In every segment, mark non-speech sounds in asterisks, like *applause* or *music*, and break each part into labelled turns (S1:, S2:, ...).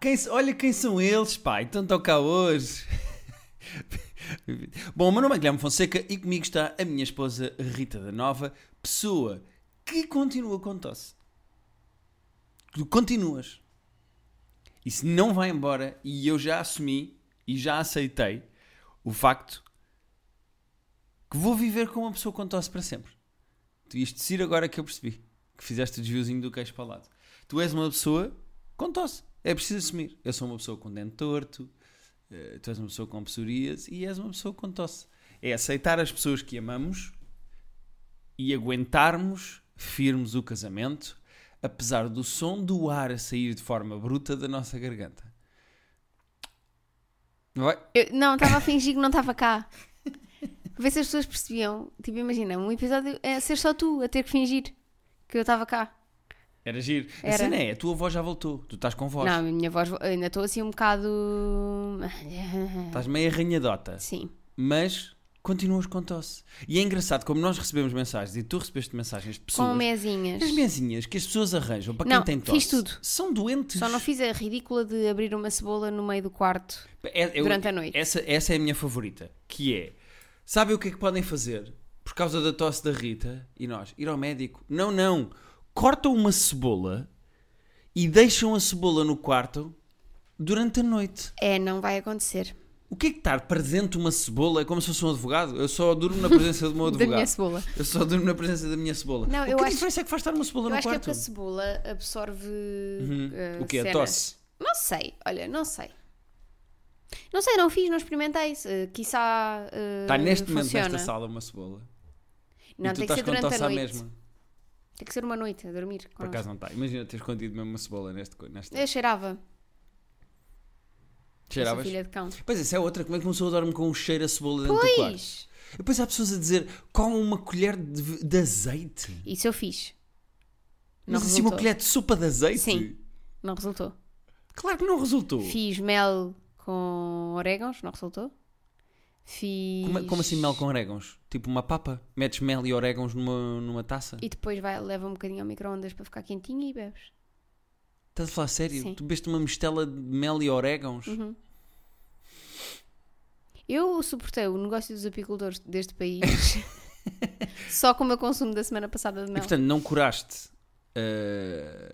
S1: quem, olha quem são eles, pá, então estão cá hoje. *laughs* Bom, o meu nome é Guilherme Fonseca e comigo está a minha esposa Rita da Nova, pessoa que continua com tosse. Tu continuas. Isso não vai embora e eu já assumi e já aceitei o facto que vou viver com uma pessoa com tosse para sempre. Tu ias descer agora que eu percebi que fizeste o desviozinho do queixo para o lado. Tu és uma pessoa com tosse. É preciso assumir. Eu sou uma pessoa com dente torto, eh, tu és uma pessoa com psorias e és uma pessoa com tosse. É aceitar as pessoas que amamos e aguentarmos firmes o casamento, apesar do som do ar a sair de forma bruta da nossa garganta. Não é? vai?
S2: Eu- não, estava a fingir que não estava cá. Vê se as pessoas percebiam. Tipo, imagina, um episódio é ser só tu a ter que fingir que eu estava cá.
S1: Era giro. A
S2: Era.
S1: cena é, a tua voz já voltou. Tu estás com voz.
S2: Não, a minha voz, ainda estou assim um bocado.
S1: Estás meio arranhadota.
S2: Sim.
S1: Mas continuas com tosse. E é engraçado como nós recebemos mensagens e tu recebeste mensagens de pessoas.
S2: Com mesinhas.
S1: As mesinhas que as pessoas arranjam para
S2: Não,
S1: quem tem tosse.
S2: fiz tudo.
S1: São doentes.
S2: Só não fiz a ridícula de abrir uma cebola no meio do quarto.
S1: É- eu-
S2: durante a noite.
S1: Essa, essa é a minha favorita. Que é. Sabem o que é que podem fazer? Por causa da tosse da Rita e nós. Ir ao médico. Não, não. Cortam uma cebola e deixam a cebola no quarto durante a noite.
S2: É, não vai acontecer.
S1: O que é que estar presente uma cebola é como se fosse um advogado? Eu só durmo na presença do meu
S2: *laughs* Da
S1: advogado.
S2: minha cebola.
S1: Eu só durmo na presença da minha cebola.
S2: Não,
S1: o
S2: eu
S1: que
S2: acho-
S1: diferença é que faz estar uma cebola
S2: Eu
S1: no
S2: acho que é
S1: quarto?
S2: porque a cebola absorve. eh,
S1: o que é?
S2: cenas.
S1: Tosse?
S2: Não sei, olha, não sei. Não sei, não fiz, não experimentei. Uh, quiçá. eh,
S1: Está Tá neste momento
S2: funciona.
S1: nesta sala uma cebola.
S2: Não,
S1: e tu
S2: tem que
S1: estás
S2: ser
S1: com
S2: durante a
S1: tosse à
S2: noite.
S1: mesma.
S2: Tem que ser uma noite a dormir.
S1: Por acaso não está. Imagina ter escondido mesmo uma cebola neste. co- nesta.
S2: Eu cheirava. Cheiravas?
S1: Cheiravas?
S2: filha de cão.
S1: Pois isso é outra. Como é que uma pessoa dorme com um cheiro a cebola dentro do quarto?
S2: Pois!
S1: E depois há pessoas a dizer: come uma colher de, de azeite.
S2: Isso eu fiz. Não
S1: Mas assim, uma
S2: resultou.
S1: colher de sopa de azeite?
S2: Sim. Não resultou.
S1: Claro que não resultou.
S2: Fiz mel com orégãos, não resultou. Fiz.
S1: Como, como assim mel com orégãos? Tipo uma papa? Metes mel e orégãos numa, numa taça?
S2: E depois vai, leva um bocadinho ao micro-ondas para ficar quentinho e bebes.
S1: Estás a falar sério?
S2: Sim.
S1: Tu bebeste uma mistela de mel e orégãos?
S2: Eu suportei o negócio dos apicultores deste país
S1: *laughs*
S2: só com o meu consumo da semana passada de
S1: E
S2: mel.
S1: portanto não curaste eh,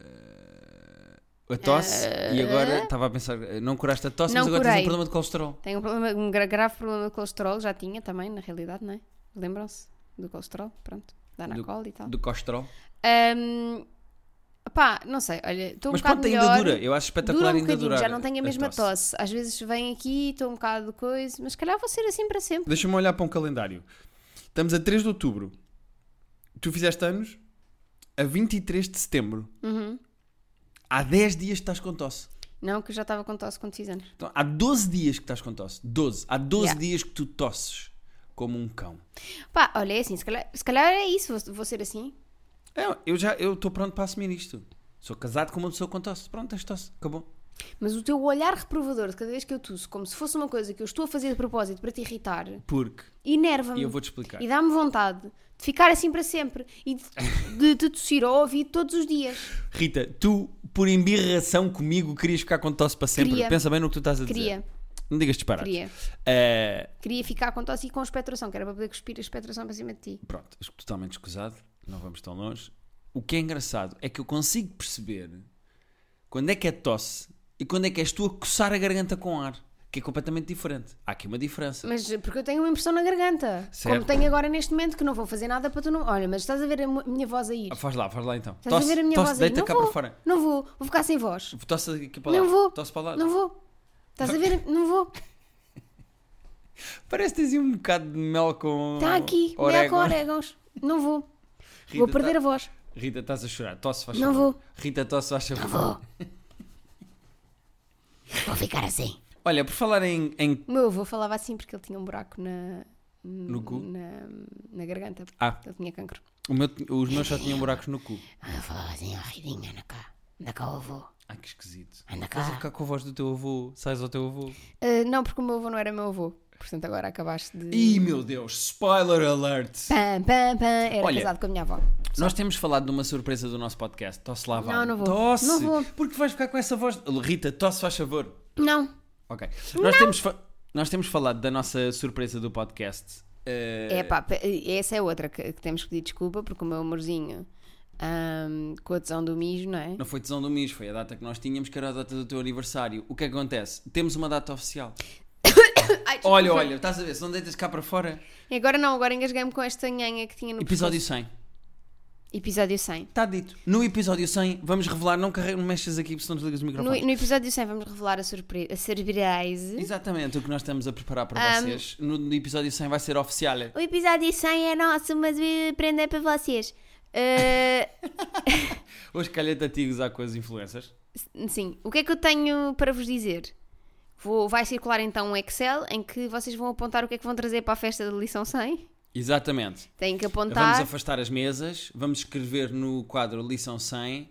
S1: a tosse e agora estava a pensar, eh, não curaste a tosse,
S2: Eh, Não
S1: mas agora tens
S2: curei.
S1: um problema de colesterol.
S2: Tenho um, problema, um gra- grave problema de colesterol, já tinha também, na realidade, não é? Lembram-se do colesterol, pronto, da Anacol e tal.
S1: Do colesterol.
S2: Ahm, pá, não sei, olha, estou um
S1: mas
S2: bocado
S1: pronto, ainda
S2: melhor.
S1: dura. Eu acho espetacular
S2: Dura um
S1: ainda
S2: bocadinho,
S1: durar.
S2: já não tenho a mesma tosse. Às vezes venho aqui, estou um bocado de coisa, mas se calhar vou ser assim para sempre.
S1: Deixa-me olhar para um calendário. Estamos a 3 de outubro. Tu fizeste anos a 23 de setembro.
S2: Uhum.
S1: Há 10 dias que estás com tosse.
S2: Não, que eu já estava com tosse quando fiz anos.
S1: Então, há 12 dias que estás com tosse. 12. Há 12
S2: Yeah.
S1: dias que tu tosses como um cão.
S2: Pá, olha, é assim, se calhar, se calhar é isso, vou, vou ser assim.
S1: É, eu já eu estou pronto para assumir isto. Sou casado com uma pessoa com tosse. Pronto, tens tosse. Acabou.
S2: Mas o teu olhar reprovador de cada vez que eu tuço, como se fosse uma coisa que eu estou a fazer de propósito para te irritar,
S1: Porque.
S2: enerva-me.
S1: E eu vou-te explicar.
S2: E dá-me vontade de ficar assim para sempre e de, de te tossir ao ouvido todos os dias.
S1: Rita, tu, por embirração comigo, querias ficar com tosse para sempre.
S2: Queria.
S1: Pensa bem no que tu estás a
S2: Queria,
S1: dizer. Não digas disparate.
S2: queria.
S1: Eh,
S2: Queria ficar com tosse e com espectração, que era para poder cuspir a espectração para cima de ti.
S1: pronto, es- totalmente escusado. Não vamos tão longe. O que é engraçado é que eu consigo perceber quando é que é tosse e quando é que és tu a coçar a garganta com ar. Que é completamente diferente. Há aqui uma diferença.
S2: Mas porque eu tenho uma impressão na garganta.
S1: Certo.
S2: Como tenho agora neste momento, que não vou fazer nada para tu não. Olha, mas estás a ver a mo- minha voz a ir.
S1: Ah, Faz lá, faz lá então.
S2: Estás a ver a minha voz a ir.
S1: deita
S2: Não
S1: cá
S2: vou,
S1: para fora.
S2: não vou, vou ficar sem voz.
S1: Tosse aqui para lá.
S2: Não vou,
S1: Tosse para lá.
S2: não vou. Estás a ver? Não vou.
S1: Parece que tens aí um bocado de mel com.
S2: Está Tá aqui, mel com
S1: orégano.
S2: orégãos.
S1: *laughs*
S2: Não vou.
S1: Hum, Rita,
S2: vou perder
S1: tá-
S2: a
S1: *laughs*
S2: voz.
S1: Rita, estás a chorar. Tosse, faz
S2: Não
S1: favor.
S2: vou.
S1: Rita, tosse, faz
S2: Não
S1: favor.
S2: vou. Vou ficar assim.
S1: Olha, por falar em. em-
S2: O meu avô falava assim porque ele tinha um buraco na.
S1: No cu?
S2: Na, na garganta.
S1: Ah,
S2: Ele tinha cancro.
S1: o meu- os meus já tinham buracos no cu.
S2: Eu falava assim, ó, Ridinho, anda cá. Anda cá, avô.
S1: Ai, que esquisito.
S2: Anda
S1: Estás a ficar com a voz do teu avô. Sais ao teu avô.
S2: Ah, não, porque o meu avô não era meu avô. Portanto, agora acabaste de.
S1: Ih, meu Deus, spoiler alert!
S2: Pam, pam, pam. Era
S1: Olha.
S2: casado com a minha avó. pessoal.
S1: Nós temos falado de uma surpresa do nosso podcast. Tosse lá, vai.
S2: Não, não vou.
S1: Tosse.
S2: Não vou.
S1: Porque vais ficar com essa voz. Rita, tosse, faz favor.
S2: Não.
S1: Ok. Nós temos, fa- nós temos falado da nossa surpresa do podcast. Eh,
S2: É pá, pe- essa é outra que, que temos que pedir desculpa, porque o meu amorzinho ahm, com a adesão do mijo, não é?
S1: Não foi tesão do mês, foi a data que nós tínhamos, que era a data do teu aniversário. O que é que acontece? Temos uma data oficial.
S2: Ai, desculpa.
S1: Olha, olha, estás a ver, se não deitas cá para fora.
S2: E Agora não, agora engasguei-me com esta nhanha que tinha no
S1: Episódio 100.
S2: pescoço. episódio 100.
S1: Está tá dito. No episódio 100, vamos revelar, não, carre... não mexas aqui, porque senão desligas o
S2: No,
S1: microfone.
S2: no episódio 100 vamos revelar a, surpre- a surprise.
S1: Exatamente, o que nós estamos a preparar para
S2: Ahm.
S1: vocês. No, no episódio 100 vai ser oficial.
S2: O episódio 100 é nosso, mas eh, prenda é para vocês. Eh,
S1: Hoje calheta tigres há com as influencers.
S2: Sim, o que é que eu tenho para vos dizer? Vou, vai circular então um Excel em que vocês vão apontar o que é que vão trazer para a festa da lição 100.
S1: Exatamente.
S2: Têm que
S1: Vamos
S2: apontar.
S1: afastar as mesas, vamos escrever no quadro lição 100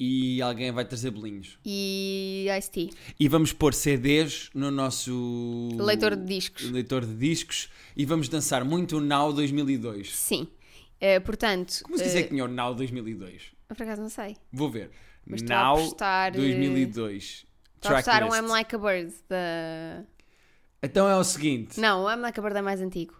S1: e alguém vai trazer bolinhos.
S2: E Ice Tea.
S1: E vamos pôr CDs no nosso...
S2: Leitor de discos.
S1: Um Leitor de discos. E vamos dançar muito o Now 2002.
S2: Sim. Eh, portanto.
S1: Como se diz é que tinha o Now 2002?
S2: eh, por acaso não sei.
S1: Vou ver.
S2: Mas estou a
S1: Now
S2: apostar, eh,
S1: 2002.
S2: Estou a apostar um
S1: Tracklist.
S2: I'm Like a Bird da.
S1: Então é o seguinte.
S2: Não, o I'm Like a Bird é mais antigo.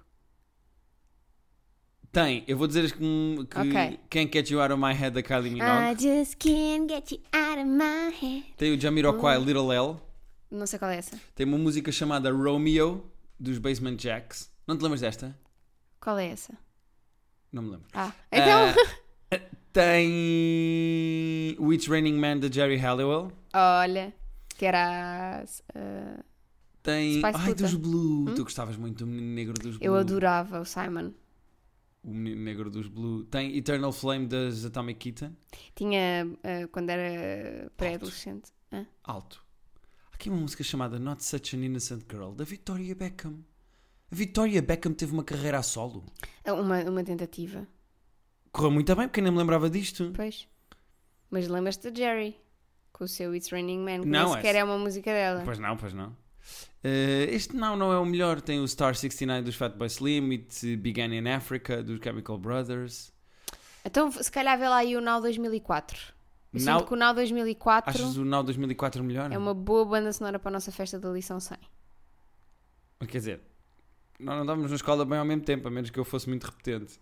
S1: Tem, eu vou dizer as que, que
S2: Ok. Ah,
S1: Can't Get You Out of My Head da Kylie Minogue.
S2: I just can't get you out of my head.
S1: Tem o
S2: hum.
S1: Jamiroquai Little L.
S2: Não sei qual é essa.
S1: Tem uma música chamada Romeo dos Basement Jacks. Não te lembras desta?
S2: Qual é essa?
S1: Não me lembro.
S2: Ah, então.
S1: Ah, tem o It's Raining Man da Jerry Halliwell.
S2: *laughs* Olha, que era. a- eh,
S1: Tem.
S2: Spice
S1: Ai,
S2: Puta.
S1: dos Blue. Tu gostavas muito do Menino Negro dos Blue.
S2: eu adorava o Simon.
S1: O Menino Negro dos Blue. Tem Eternal Flame das Atomic Kitten.
S2: Tinha eh, quando era pré-adolescente. Hã?
S1: Alto. Há aqui uma música chamada Not Such an Innocent Girl da Victoria Beckham. A Victoria Beckham teve uma carreira a solo.
S2: ah, Uma, uma tentativa.
S1: Correu muito bem, porque nem me lembrava disto.
S2: Pois. Mas lembras-te de Jerry? Com o seu It's Raining Man. Que
S1: Não,
S2: nem sequer
S1: essa-
S2: é uma música dela.
S1: Pois não, pois não. Eh, este não, não é o melhor. Tem o Star 69 dos Fatboy Slim, It Began in Africa dos Chemical Brothers.
S2: Então se calhar vê lá aí o Now 2004. Eu sinto
S1: Now-
S2: que o Now 2004
S1: Achas o Now 2004 melhor?
S2: é uma boa banda sonora para a nossa festa da lição 100.
S1: Quer dizer, nós não andávamos na escola bem ao mesmo tempo, a menos que eu fosse muito repetente.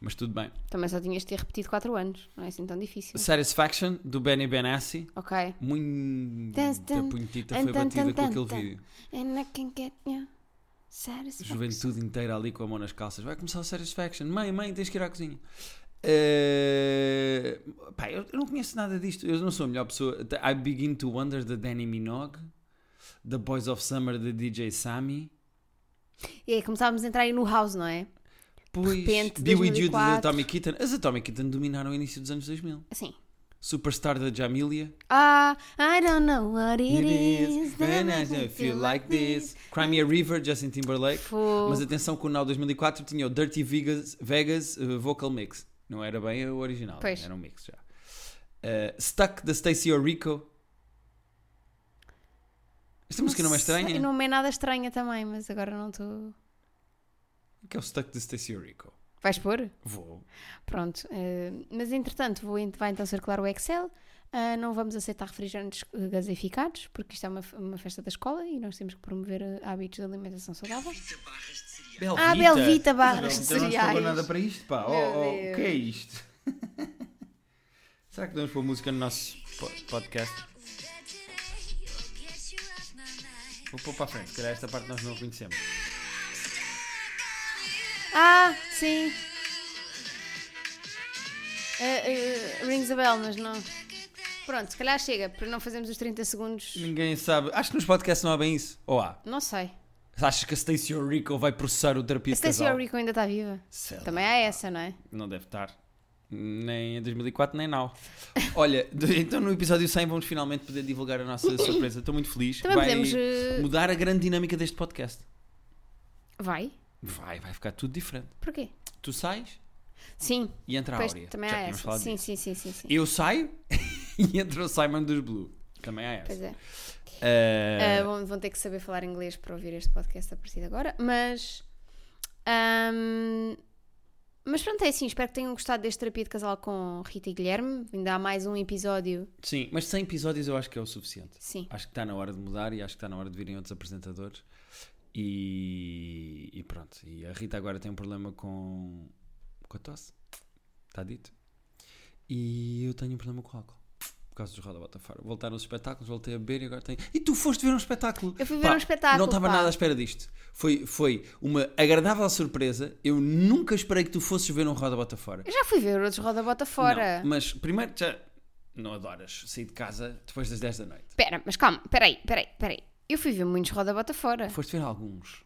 S1: Mas tudo bem.
S2: Também só tinhas de ter repetido 4 anos. Não é assim tão difícil.
S1: Satisfaction do Benny Benassi.
S2: Ok. Dance,
S1: Muita
S2: dance.
S1: punhetita
S2: Tan,
S1: foi
S2: tan,
S1: batida
S2: tan,
S1: com
S2: tan,
S1: aquele
S2: tan.
S1: vídeo.
S2: And I can get you satisfaction.
S1: Juventude inteira ali com a mão nas calças. Vai começar o Satisfaction. Mãe, mãe, tens que ir à cozinha. Eh, pá, eu, eu não conheço nada disto. Eu não sou a melhor pessoa. I Begin to Wonder da Danny Minogue. The Boys of Summer da DJ Sammy.
S2: E aí começávamos a entrar aí no house, não é?
S1: Pois,
S2: repente,
S1: Be With You
S2: 2004.
S1: da Atomic Kitten. As Atomic Kitten dominaram o início dos anos 2000.
S2: Assim.
S1: Superstar da Jamilia.
S2: Ah, I don't know what it, is. that
S1: when I
S2: makes me
S1: feel like this. Cry Me a River, Justin Timberlake.
S2: Fogo.
S1: Mas atenção que o Now 2004 tinha o Dirty Vegas, Vegas eh, Vocal Mix. Não era bem o original,
S2: Pois.
S1: era um mix já. Eh, Stuck da Stacy Orico. Esta música não é
S2: sei,
S1: estranha?
S2: Não me é nada estranha também, mas agora não estou.
S1: O que é o Stuck da Stacy Orico?
S2: Vais pôr?
S1: Vou.
S2: Pronto. eh, mas entretanto, vou, ent- vai então circular o Excel. Ah, não vamos aceitar refrigerantes eh, gaseificados, porque isto é uma, f- uma festa da escola e nós temos que promover eh, hábitos de alimentação saudável. Ah, Belvita barras de
S1: Belvita não
S2: cereais.
S1: estragou nada para isto, pá. Oh,
S2: Meu
S1: oh,
S2: Deus.
S1: o que é isto? *laughs* Será que podemos pôr música no nosso po- podcast? Vou pôr para a frente, se calhar esta parte nós não a conhecemos.
S2: Ah, sim! Eh, eh, rings a bell, mas não. Pronto, se calhar chega, para não fazermos os 30 segundos.
S1: Ninguém sabe. Acho que nos podcasts não há bem isso. Ou há?
S2: Não sei.
S1: Achas que a Stacey Rico vai processar o terapia
S2: A
S1: de
S2: Stacey
S1: casal?
S2: Orico ainda está viva.
S1: Sei lá.
S2: Também há essa, não é?
S1: Não deve estar. Nem em 2004, nem não. Olha, de- então no episódio 100 vamos finalmente poder divulgar a
S2: *laughs*
S1: nossa surpresa. Estou muito feliz.
S2: Também
S1: vai
S2: podemos, eh,
S1: mudar a grande dinâmica deste podcast.
S2: Vai?
S1: Vai, vai ficar tudo diferente.
S2: Porquê?
S1: Tu sais
S2: Sim.
S1: e entra a
S2: Pois,
S1: Áurea.
S2: também
S1: Já
S2: há
S1: tínhamos
S2: essa.
S1: falado
S2: Sim,
S1: disso.
S2: sim, sim, sim, sim.
S1: Eu saio *laughs* e entra o Simon dos Blue. Também há
S2: Pois
S1: essa.
S2: é.
S1: Eh,
S2: Ah, vão, vão ter que saber falar inglês para ouvir este podcast a partir de agora, mas. ahm, Mas pronto, é assim. Espero que tenham gostado deste terapia de casal com Rita e Guilherme. Ainda há mais um episódio.
S1: Sim, mas 100 episódios eu acho que é o suficiente.
S2: Sim.
S1: Acho que está na hora de mudar e acho que está na hora de virem outros apresentadores. E, e pronto. E a Rita agora tem um problema com, com a tosse. Está dito. E eu tenho um problema com o álcool. Por causa dos Roda Botafogo. Voltaram os espetáculos, voltei a beber e agora tenho. E tu foste ver um espetáculo!
S2: Eu fui ver um espetáculo,
S1: Não estava
S2: pá.
S1: nada à espera disto. Foi, foi uma agradável surpresa. Eu nunca esperei que tu fosses ver um Roda Botafogo.
S2: Eu já fui ver outros Roda Bota Fora.
S1: Não, mas primeiro já não adoras sair de casa depois das 10 da noite.
S2: Espera, mas calma. Peraí, peraí, peraí. Eu fui ver muitos Roda Bota Fora.
S1: Foste ver alguns,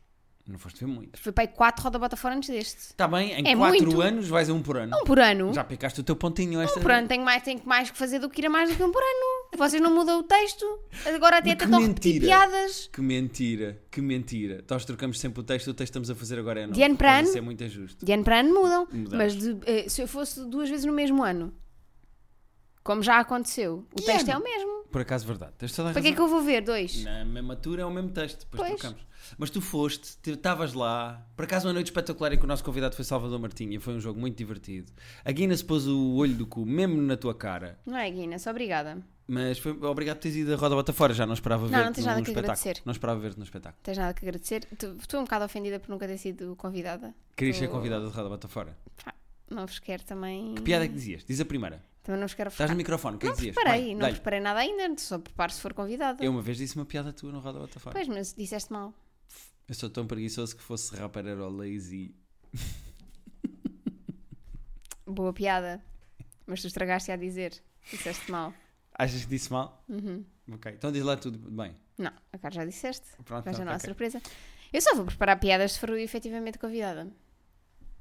S1: não foste ver muitos.
S2: Fui para aí 4 Roda Bota Fora antes deste.
S1: Está bem, em 4
S2: É muito.
S1: anos vais a um por ano.
S2: Um por ano.
S1: Já picaste o teu pontinho esta
S2: Um por ano tenho mais, tenho mais que fazer do que ir a mais do que um por ano. Vocês não mudam o texto. Agora até
S1: Mas que
S2: tentam repetir
S1: mentira.
S2: piadas.
S1: Que mentira, que mentira. Nós trocamos sempre o texto, o texto que estamos a fazer agora é novo.
S2: De ano para
S1: Mas
S2: ano?
S1: Isso é muito injusto.
S2: De ano para ano mudam.
S1: Mudamos.
S2: Mas de- eh, se eu fosse duas vezes no mesmo ano, como já aconteceu, o texto é o
S1: ano?
S2: mesmo.
S1: Por acaso, verdade. Tens toda a
S2: Para que é que
S1: razão.
S2: eu vou ver dois?
S1: Na mesma altura é o mesmo texto, depois
S2: Pois.
S1: trocamos. Mas tu foste, tu estavas lá. Por acaso, uma noite espetacular em que o nosso convidado foi Salvador Martinha. Foi um jogo muito divertido. A Guinness pôs o olho do cu mesmo na tua cara.
S2: Não é, Guinness? Obrigada.
S1: Mas foi obrigado por teres ido a roda bota fora, já não esperava ver-te
S2: não tens
S1: num
S2: nada que
S1: espetáculo.
S2: agradecer.
S1: Não esperava ver-te no espetáculo.
S2: Tens nada que agradecer. Tu- Estou um bocado ofendida por nunca ter sido convidada.
S1: Querias ser
S2: Tu-
S1: convidada de roda bota fora.
S2: Pá, não vos quero também.
S1: Que piada é que dizias? Diz a primeira.
S2: Também não vos quero
S1: Estás
S2: ofender.
S1: no microfone, o que é
S2: Hum. Não
S1: que dizias?
S2: preparei,
S1: Vai,
S2: não
S1: dá-lhe.
S2: preparei nada ainda, só preparo se for convidada.
S1: Eu uma vez disse uma piada tua no roda bota fora.
S2: Pois, mas disseste mal.
S1: Eu sou tão preguiçoso que fosse rapper era o lazy.
S2: Boa piada. Mas tu estragaste a dizer. Disseste mal.
S1: Achas que disse mal?
S2: Uhum.
S1: Ok, então diz lá tudo bem.
S2: Não, agora já disseste.
S1: Pronto,
S2: Mas já não há
S1: ok.
S2: surpresa. Eu só vou preparar piadas se for efetivamente convidada.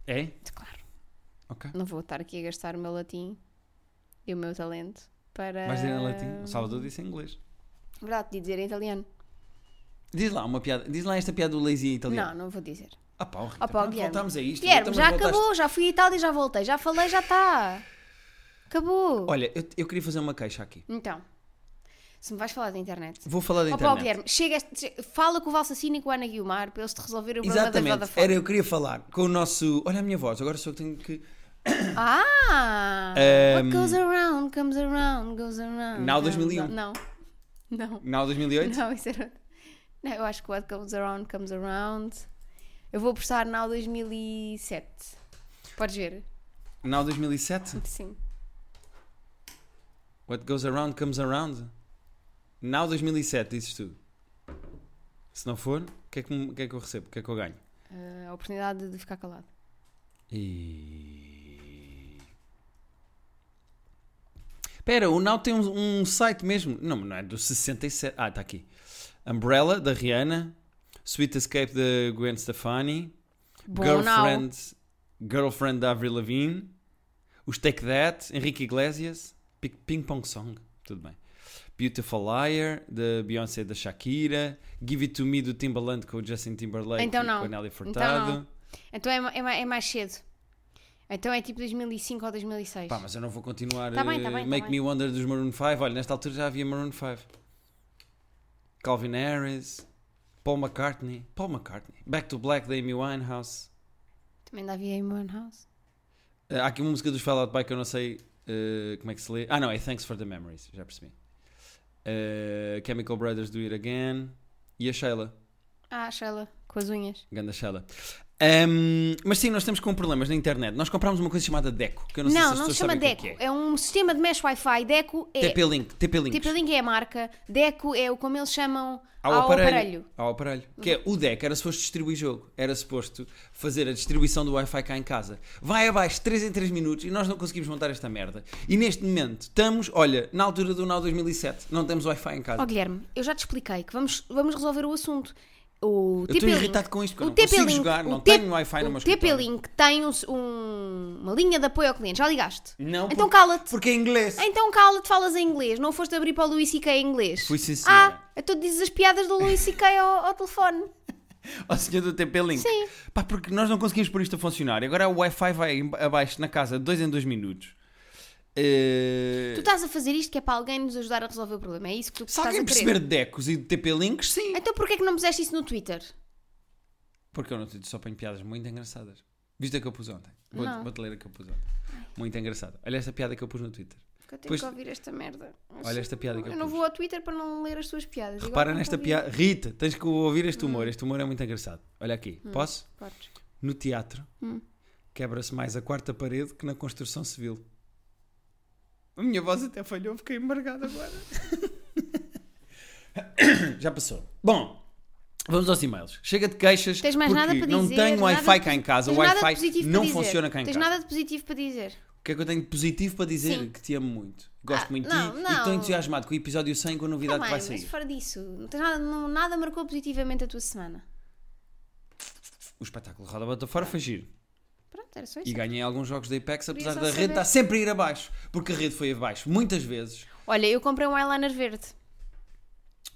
S1: É?
S2: Claro.
S1: Ok.
S2: Não vou estar aqui a gastar o meu latim e o meu talento para.
S1: Vais dizer em latim? O Salvador disse em inglês.
S2: Verdade, podia dizer em italiano.
S1: Diz lá uma piada. Diz lá esta piada do lazy em italiano.
S2: Não, não vou dizer.
S1: Ah pá, oh, Rita,
S2: Ó pá,
S1: pronto,
S2: Guilherme.
S1: voltámos a isto.
S2: Guilherme,
S1: Também
S2: já
S1: voltaste-
S2: acabou, já fui a Itália e já voltei. Já falei, já está. Acabou.
S1: Olha, eu, eu queria fazer uma queixa aqui.
S2: Então, se me vais falar da internet.
S1: Vou falar da
S2: Ó Paulo
S1: internet.
S2: Guilherme, chega, este- che- fala com o Valsacino e com a Ana Guilmar para eles te resolverem o problema da
S1: Exatamente,
S2: Vodafone.
S1: era eu que queria falar com o nosso. Olha a minha voz, agora sou eu que tenho que.
S2: Ah!
S1: Ahm.
S2: What goes around, comes around, goes around.
S1: Now
S2: comes
S1: 2001.
S2: around. Não. Não.
S1: Não, 2008?
S2: Não, isso era. Não, eu acho que What goes around, comes around. Eu vou apostar Now 2007. Podes ver?
S1: Não, 2007?
S2: Sim.
S1: What goes around comes around? Now 2007, dizes tu. Se não for, o que, é que, me- o que é que eu recebo? O que é que eu ganho?
S2: Ah, a oportunidade de ficar calado.
S1: E. Espera, o Now tem um, um site mesmo. Não, não é do 67. Ah, está aqui. Umbrella, da Rihanna. Sweet Escape, da Gwen Stefani.
S2: Bom, Now.
S1: Girlfriend, Girlfriend da Avril Lavigne. Os Take That, Henrique Iglesias. Pi- Ping Pong Song, tudo bem. Beautiful Liar, da Beyoncé da Shakira. Give It To Me, do Timbaland com o Justin Timberlake
S2: Então
S1: e
S2: não.
S1: com a Nelly
S2: Então
S1: Furtado.
S2: não. Então é, ma- é, ma- é mais cedo. Então é tipo 2005 ou 2006.
S1: Pá, mas eu não vou continuar.
S2: Tá bem, tá
S1: eh,
S2: bem, tá
S1: Make
S2: bem.
S1: Me Wonder dos Maroon 5. Olha, nesta altura já havia Maroon 5. Calvin Harris, Paul McCartney. Paul McCartney. Back to Black da Amy Winehouse.
S2: Também dá vida em House.
S1: Eh, há aqui uma música dos Fall Out Boy que eu não sei eh, como é que se lê. Ah, não, é Thanks for the Memories. Já percebi. Eh, Chemical Brothers Do It Again. E a Sheila.
S2: Ah, Sheila, com as unhas.
S1: Ganda Sheila. Ahm, mas sim, nós estamos com problemas na internet. Nós comprámos uma coisa chamada Deco. Que eu não,
S2: Não,
S1: sei se
S2: não,
S1: as
S2: se
S1: pessoas
S2: chama
S1: sabem o
S2: Deco.
S1: que é
S2: É,
S1: que é.
S2: um sistema de mesh Wi-Fi. Deco é.
S1: TP-Link. TP-Link.
S2: TP-Link é a marca. Deco é o como eles chamam
S1: ao, aparelho, Ao aparelho.
S2: Uhum.
S1: Que é o deck, era suposto distribuir jogo. Era suposto fazer a distribuição do Wi-Fi cá em casa. Vai abaixo 3 em 3 minutos e nós não conseguimos montar esta merda. E neste momento estamos, olha, na altura do Now 2007. Não temos Wi-Fi em
S2: Ó
S1: casa.
S2: Guilherme, eu já te expliquei que vamos, vamos resolver o assunto. O
S1: Eu estou
S2: TP-Link-
S1: irritado com isto, porque
S2: o
S1: eu não consigo
S2: TP-Link
S1: jogar, não
S2: o T-
S1: tenho Wi-Fi no meu
S2: O TP-Link tem um, um- uma linha de apoio ao cliente, já ligaste?
S1: Não,
S2: Então
S1: porque-
S2: cala-te.
S1: Porque é inglês.
S2: Então cala-te, falas em inglês. Não foste abrir para o Luís C.K. em inglês?
S1: Fui, sim,
S2: Ah,
S1: senhora.
S2: então dizes as piadas do Luís C.K. ao, ao telefone.
S1: Ó senhor do TP-Link.
S2: Sim.
S1: Pá, porque nós não conseguimos pôr isto a funcionar. E Agora o Wi-Fi vai em- abaixo na casa de 2 em 2 minutos. Eh,
S2: Tu estás a fazer isto que é para alguém nos ajudar a resolver o problema. É isso que tu
S1: Se
S2: estás a
S1: alguém
S2: querer.
S1: perceber de decos e de TP-Links, sim.
S2: Então porquê é que não puseste isso no Twitter?
S1: Porque eu não te só ponho piadas muito engraçadas. Viste a que eu pus ontem? Vou-
S2: Não.
S1: Vou-te ler a que eu pus ontem. Muito engraçado. Olha esta piada que eu pus no Twitter.
S2: Que eu tenho
S1: Pois-
S2: que ouvir esta merda. Mas
S1: Olha esta piada que eu
S2: Eu não
S1: pus.
S2: vou ao Twitter para não ler as suas piadas. Igual
S1: Repara
S2: nunca
S1: nesta
S2: ouvi.
S1: piada. Rita, tens que ouvir este
S2: Hum.
S1: humor. Este humor é muito engraçado. Olha aqui. Posso?
S2: Podes.
S1: No teatro,
S2: Hum.
S1: quebra-se mais a quarta parede que na construção civil. A minha voz até falhou, fiquei embargado agora. Já passou. Bom, vamos aos e-mails. Chega de queixas.
S2: Tens mais
S1: porque
S2: nada para
S1: Não
S2: dizer,
S1: tenho
S2: nada-
S1: Wi-Fi cá em casa. O
S2: Tens nada de
S1: Wi-Fi
S2: positivo
S1: não
S2: para dizer.
S1: funciona cá em
S2: Tens
S1: casa.
S2: nada de positivo para dizer. Tá
S1: O que é que eu tenho de positivo para dizer?
S2: Sim.
S1: Que te amo muito. Gosto
S2: Ah,
S1: muito de
S2: não,
S1: ti e
S2: não.
S1: estou entusiasmado com o episódio 100 com a novidade
S2: Também,
S1: que vai sair.
S2: mas fora disso, não tens nada, não- nada marcou positivamente a tua semana.
S1: O espetáculo Roda Bota Fora foi giro.
S2: Pronto, era só
S1: E
S2: isso.
S1: ganhei alguns jogos da Apex,
S2: Queria
S1: apesar
S2: só
S1: da rede
S2: saber.
S1: estar sempre a ir abaixo. Porque a rede foi abaixo muitas vezes.
S2: Olha, eu comprei um eyeliner verde.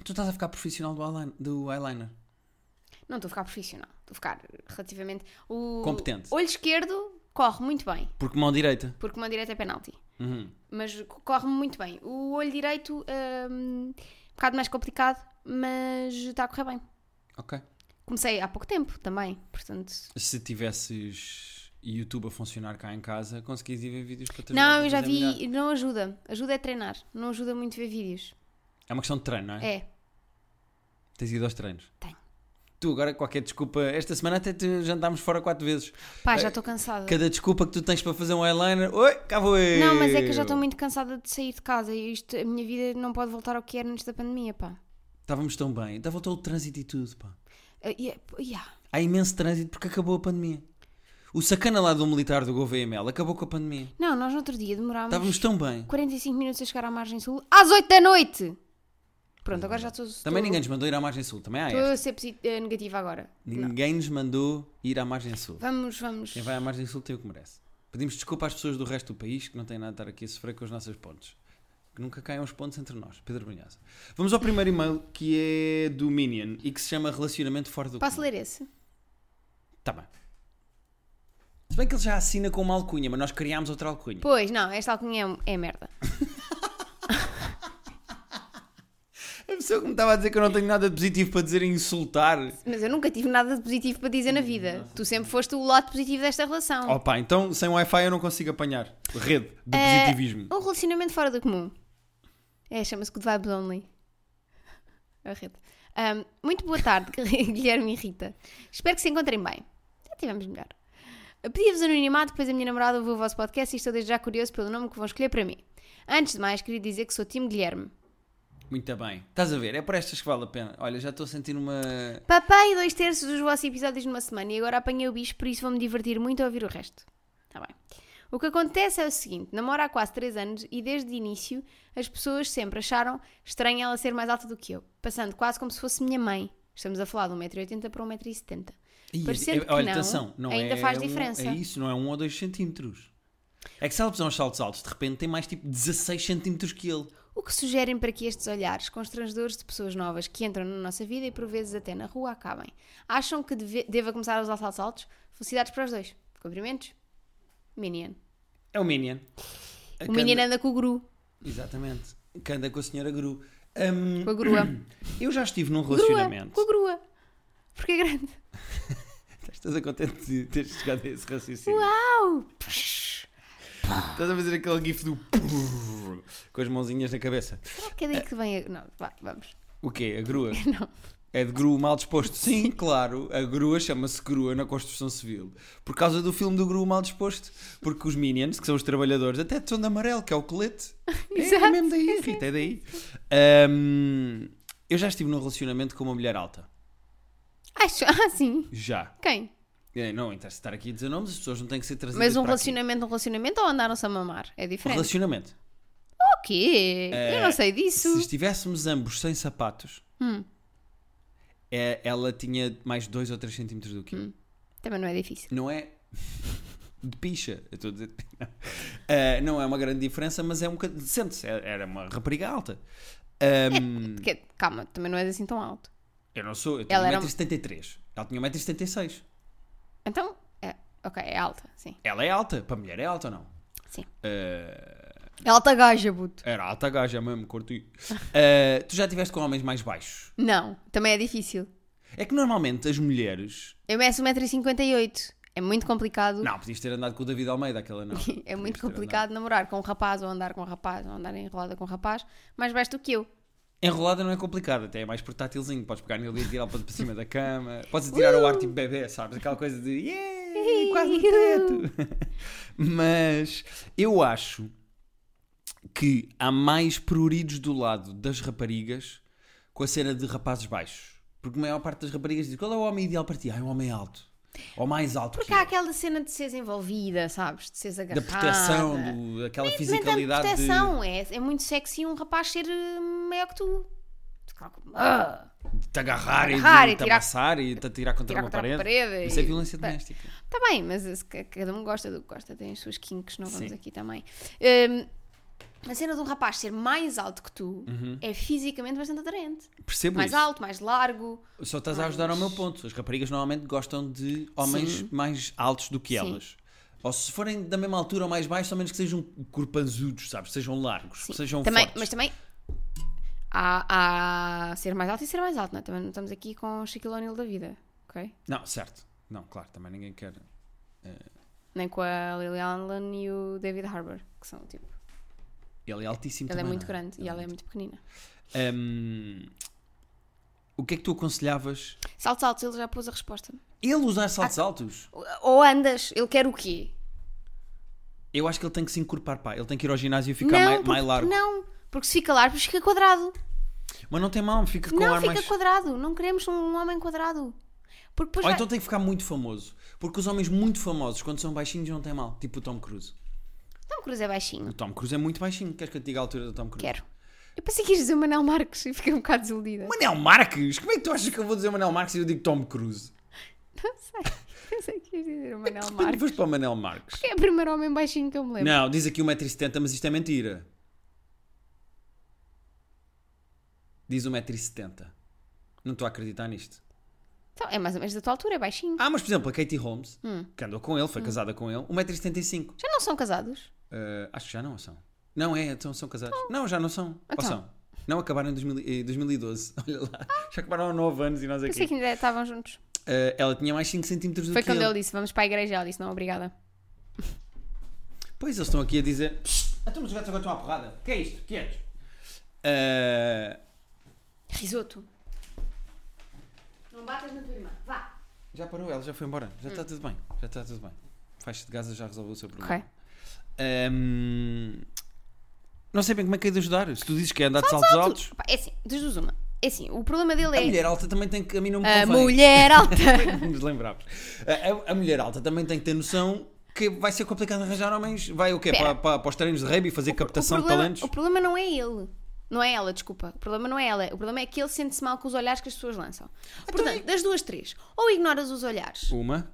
S1: Tu estás a ficar profissional do eyeliner. Do eyeliner.
S2: Não, estou a ficar profissional. Estou a ficar relativamente. O
S1: Competente.
S2: olho esquerdo corre muito bem,
S1: Porque mão direita.
S2: porque uma direita é penalti.
S1: Uhum.
S2: Mas co- corre-me muito bem. O olho direito, hum, um bocado mais complicado, mas está a correr bem.
S1: Ok.
S2: Comecei há pouco tempo também, portanto.
S1: Se tivesses YouTube a funcionar cá em casa, conseguias ir ver vídeos para te ajudar
S2: Não, eu
S1: a
S2: já
S1: fazer melhor.
S2: vi, não ajuda. Ajuda é treinar, não ajuda muito ver vídeos.
S1: É uma questão de treino, não é?
S2: É,
S1: Tens ido aos treinos.
S2: Tenho.
S1: Tu agora, qualquer desculpa, esta semana até te jantámos fora quatro vezes.
S2: pá,
S1: Eh,
S2: já estou cansada.
S1: Cada desculpa que tu tens para fazer um eyeliner, oi, cá vou eu.
S2: Não, mas é que eu já estou muito cansada de sair de casa e isto, a minha vida não pode voltar ao que era antes da pandemia, pá.
S1: Estávamos tão bem, estava todo o trânsito e tudo, pá.
S2: Eh, e é- pô, yeah.
S1: Há imenso trânsito porque acabou a pandemia. O sacana lá do militar do GovML acabou com a pandemia.
S2: Não, nós no outro dia demorámos
S1: Estávamos tão bem.
S2: 45 minutos a chegar à margem sul às 8 da noite! Pronto, agora já estou.
S1: Também
S2: estou-
S1: ninguém nos mandou ir à margem sul, também há
S2: Estou
S1: esta.
S2: a ser posi- eh, negativa agora. Não.
S1: Ninguém nos mandou ir à margem sul.
S2: Vamos, vamos.
S1: Quem vai à margem sul tem o que merece. Pedimos desculpa às pessoas do resto do país que não têm nada a estar aqui a sofrer com as nossas pontes. Que nunca caiam os pontos entre nós. Pedro Brunhosa. Vamos ao primeiro e-mail que é do Minion e que se chama Relacionamento Fora do
S2: Posso
S1: Comum.
S2: ler esse?
S1: Tá bem. Se bem que ele já assina com uma alcunha, mas nós criámos outra alcunha.
S2: Pois, não, esta alcunha é, é merda.
S1: A pessoa que me estava a dizer que eu não tenho nada de positivo para dizer é insultar.
S2: Mas eu nunca tive nada de positivo para dizer na vida. Tu sempre foste o lado positivo desta relação.
S1: Opa, então sem Wi-Fi eu não consigo apanhar. Rede de
S2: Eh,
S1: positivismo.
S2: Um relacionamento fora do comum. É, chama-se Good Vibes Only. A rede. Ahm, muito boa tarde, *laughs* Guilherme e Rita. Espero que se encontrem bem. Já tivemos melhor. Pedi-vos anonimato, depois a minha namorada ouviu o vosso podcast e estou desde já curioso pelo nome que vão escolher para mim. Antes de mais, queria dizer que sou time Guilherme.
S1: Muito bem. Estás a ver? É por estas que vale a pena. Olha, já estou a sentir uma.
S2: Papai dois terços dos vossos episódios numa semana e agora apanhei o bicho, por isso vou-me divertir muito a ouvir o resto. Tá bem. O que acontece é o seguinte: namoro há quase 3 anos e desde o início as pessoas sempre acharam estranho ela ser mais alta do que eu, passando quase como se fosse minha mãe. Estamos a falar de 1,80m para 1,70m.
S1: Ih,
S2: Parecendo que
S1: é, olha,
S2: não,
S1: atenção, não
S2: ainda
S1: é
S2: faz
S1: um-
S2: diferença.
S1: É isso, não é um ou dois centímetros. É que se ela puser uns saltos altos, de repente tem mais tipo 16 centímetros que ele.
S2: O que sugerem para que estes olhares constrangedores de pessoas novas que entram na nossa vida e por vezes até na rua acabem? Acham que deve, deva começar a usar saltos altos? Felicidades para os dois. Cumprimentos. Minion.
S1: É o Minion. A
S2: O
S1: que
S2: Minion é-
S1: anda-
S2: anda com o Gru,
S1: Exatamente. Que anda com a senhora Gru. Hum,
S2: com a grua.
S1: eu já estive num
S2: é- grua, com
S1: relacionamento.
S2: a grua. Porque é grande.
S1: Estás a contente de ter chegado a esse raciocínio?
S2: *laughs* Au! é-
S1: Estás a fazer aquele gif do *laughs* com as mãozinhas na cabeça.
S2: Será que é daí que vem a... Não, vá, vamos. *laughs*
S1: O quê? A grua? É de grua mal disposto? Sim, claro. A grua chama-se grua na construção civil. Por causa do filme do grua mal disposto. Porque os minions, que são os trabalhadores, até estão de amarelo, que é o
S2: *laughs*
S1: colete. É, é
S2: Exato,
S1: mesmo daí, Rita, é daí. Hum, eu já estive num relacionamento com uma mulher alta.
S2: Acho, ah, sim.
S1: Já.
S2: Quem?
S1: É, Não interessa estar aqui a dizer nomes, as pessoas não têm que ser trazidas
S2: Mas
S1: para
S2: um
S1: aqui.
S2: relacionamento, um relacionamento ou andaram-se a mamar? É
S1: Um
S2: diferente.
S1: relacionamento.
S2: O quê? Eu não sei disso.
S1: Se estivéssemos ambos sem sapatos,
S2: Hum.
S1: é- ela tinha mais 2 ou 3 centímetros do que eu.
S2: Também não é difícil.
S1: Não é de picha, *laughs* eu estou a dizer. Não. Ah, não é uma grande diferença, mas é um bocadinho. Sente-se, é- era uma rapariga alta.
S2: *laughs*
S1: Ahm,
S2: Que- É, calma, também não és assim tão alto.
S1: eu não sou, eu tenho
S2: Ela era
S1: 1,73m. Ela tinha 1,76m.
S2: Então, é, ok, é alta, sim.
S1: Ela é alta, para mulher é alta ou não?
S2: Sim.
S1: Ah,
S2: É alta gaja, puto.
S1: era alta gaja mesmo,
S2: *laughs*
S1: curti. Ah, tu já tiveste com homens mais baixos?
S2: Não, também é difícil. um
S1: É que normalmente as mulheres
S2: Eu meço 1,58m. É muito complicado.
S1: Não, podias ter andado com o David Almeida, aquela não.
S2: *laughs* É
S1: Podias
S2: muito
S1: ter andado.
S2: complicado namorar com um rapaz ou andar com um rapaz ou andar enrolada com um rapaz mais baixo do que eu.
S1: Enrolada não é complicado, até é mais portátilzinho. Podes pegar nele e tirá-lo para para cima
S2: *laughs*
S1: da cama. Podes tirar o ar
S2: Uh!
S1: tipo bebê, sabes? Aquela coisa de yeah, quase no teto. *laughs* Mas eu acho que há mais pruridos do lado das raparigas com a cena de rapazes baixos. Porque a maior parte das raparigas diz qual é o homem ideal para ti? Ah, é um homem alto. Ou mais alto
S2: Porque
S1: que
S2: há
S1: eu.
S2: aquela cena de seres envolvida, sabes? De seres
S1: Da
S2: agarrada.
S1: proteção, do, daquela
S2: Nem tanto
S1: fisicalidade
S2: proteção, é, é muito sexy um rapaz ser eh, maior que tu. Ah,
S1: de te agarrar,
S2: Agarrar
S1: e de
S2: e
S1: te
S2: tirar-
S1: amassar e de te atirar contra
S2: tirar
S1: uma
S2: contra
S1: parede.
S2: a parede
S1: Isso é
S2: e-
S1: violência
S2: Bem,
S1: doméstica.
S2: Tá bem, mas esse ca- cada um gosta do que gosta, tem as suas kinks, não vamos
S1: Sim.
S2: aqui também. Hum, a cena de um rapaz ser mais alto que tu é fisicamente bastante atraente.
S1: Percebo
S2: Mais
S1: Uhum. isso.
S2: alto, mais largo.
S1: Só estás a ajudar ao meu ponto. As raparigas normalmente gostam de homens
S2: Sim.
S1: mais altos do que
S2: Sim.
S1: elas. Ou se forem da mesma altura ou mais baixos, ao menos que sejam corpanzudos, sabes? Sejam largos,
S2: Sim.
S1: sejam
S2: também,
S1: fortes.
S2: Mas também há, há ser mais alto e ser mais alto, não é? Também não estamos aqui com o Shaquille O'Neal da vida, ok?
S1: Não, certo. Não, claro, também ninguém quer.
S2: Nem com a Lily Allen e o David Harbour, que são tipo.
S1: Ele é altíssimo
S2: Ele é
S1: também,
S2: muito
S1: não
S2: grande e ela é muito pequenina.
S1: Hum, o que é que tu aconselhavas?
S2: Saltos altos, ele já pôs a resposta.
S1: Ele usar
S2: Ah,
S1: saltos altos?
S2: Ou andas, ele quer o quê?
S1: Eu acho que ele tem que se encorpar, pá. Ele tem que ir ao ginásio e ficar mais,
S2: porque,
S1: mais largo.
S2: Não, porque se fica largo, fica quadrado.
S1: Mas não tem mal, fica com o
S2: não,
S1: ar
S2: fica
S1: mais.
S2: quadrado. Não queremos um homem quadrado. Porque depois
S1: Ou
S2: vai-
S1: então tem que ficar muito famoso. Porque os homens muito famosos, quando são baixinhos, não tem mal. Tipo o Tom Cruise.
S2: Tom Cruise é baixinho.
S1: O Tom Cruise é muito baixinho. Queres que eu te diga a altura do Tom Cruise?
S2: Quero. Eu pensei que ias dizer o Manel Marques e fiquei um bocado desiludida.
S1: Manel Marques? Como é que tu achas que eu vou dizer Manel Marques e eu digo Tom Cruise?
S2: *laughs* Não sei. Pensei que ias dizer
S1: De
S2: o
S1: *laughs*
S2: Manel
S1: repente
S2: Marques.
S1: foste para o Manel Marques.
S2: É o primeiro homem baixinho que eu me lembro.
S1: Não, diz aqui 1,70m, mas isto é mentira. Diz 1,70m. Não estou a acreditar nisto.
S2: Então, é mais ou menos da tua altura, é baixinho.
S1: Ah, mas por exemplo, a Katie Holmes,
S2: Hum.
S1: que andou com ele, foi casada com ele, 1,75m.
S2: Já não são casados?
S1: Uh, acho que já não são. Não é, então são casados. Não, já não são. Ou
S2: Então.
S1: são? Não acabaram em 2000 e- 2012. *laughs* Olha lá. Já acabaram há 9 anos e nós aqui.
S2: Pensei que ainda estavam juntos.
S1: Uh, ela tinha mais 5 centímetros do
S2: Foi
S1: que
S2: quando
S1: ele.
S2: ele disse: Vamos para a igreja. Ela disse: Não, obrigada.
S1: Pois eles estão aqui a dizer. Então, mas os gatos agora estão à porrada. Que é isto? Quietos. Uh,
S2: Risoto. Não batas na tua irmã. Vá.
S1: já parou, ela já foi embora. Já está tudo bem. Já está tudo bem. Faixa de Gaza já resolveu o seu problema.
S2: Hum. Ok.
S1: Um, não sei bem como é que é de ajudar. Se tu dizes que é andar de saltos altos.
S2: Opa, É assim, das duas uma. É assim, o problema
S1: A
S2: dele é.
S1: mulher alta também tem que. A mim Ah, não me
S2: A
S1: convém. *laughs*
S2: mulher alta.
S1: nos lembrarmos. A, a- a mulher alta também tem que ter noção que vai ser complicado arranjar homens. Vai o quê?
S2: Pera.
S1: Para, para, para os treinos de rugby fazer captação
S2: o problema,
S1: de
S2: o
S1: talentos?
S2: problema não é ele. Não é ela, desculpa. O problema não é ela. O problema é que ele sente-se mal com os olhares que as pessoas lançam.
S1: Então
S2: Portanto, das duas, três. Ou ignoras os olhares
S1: Uma,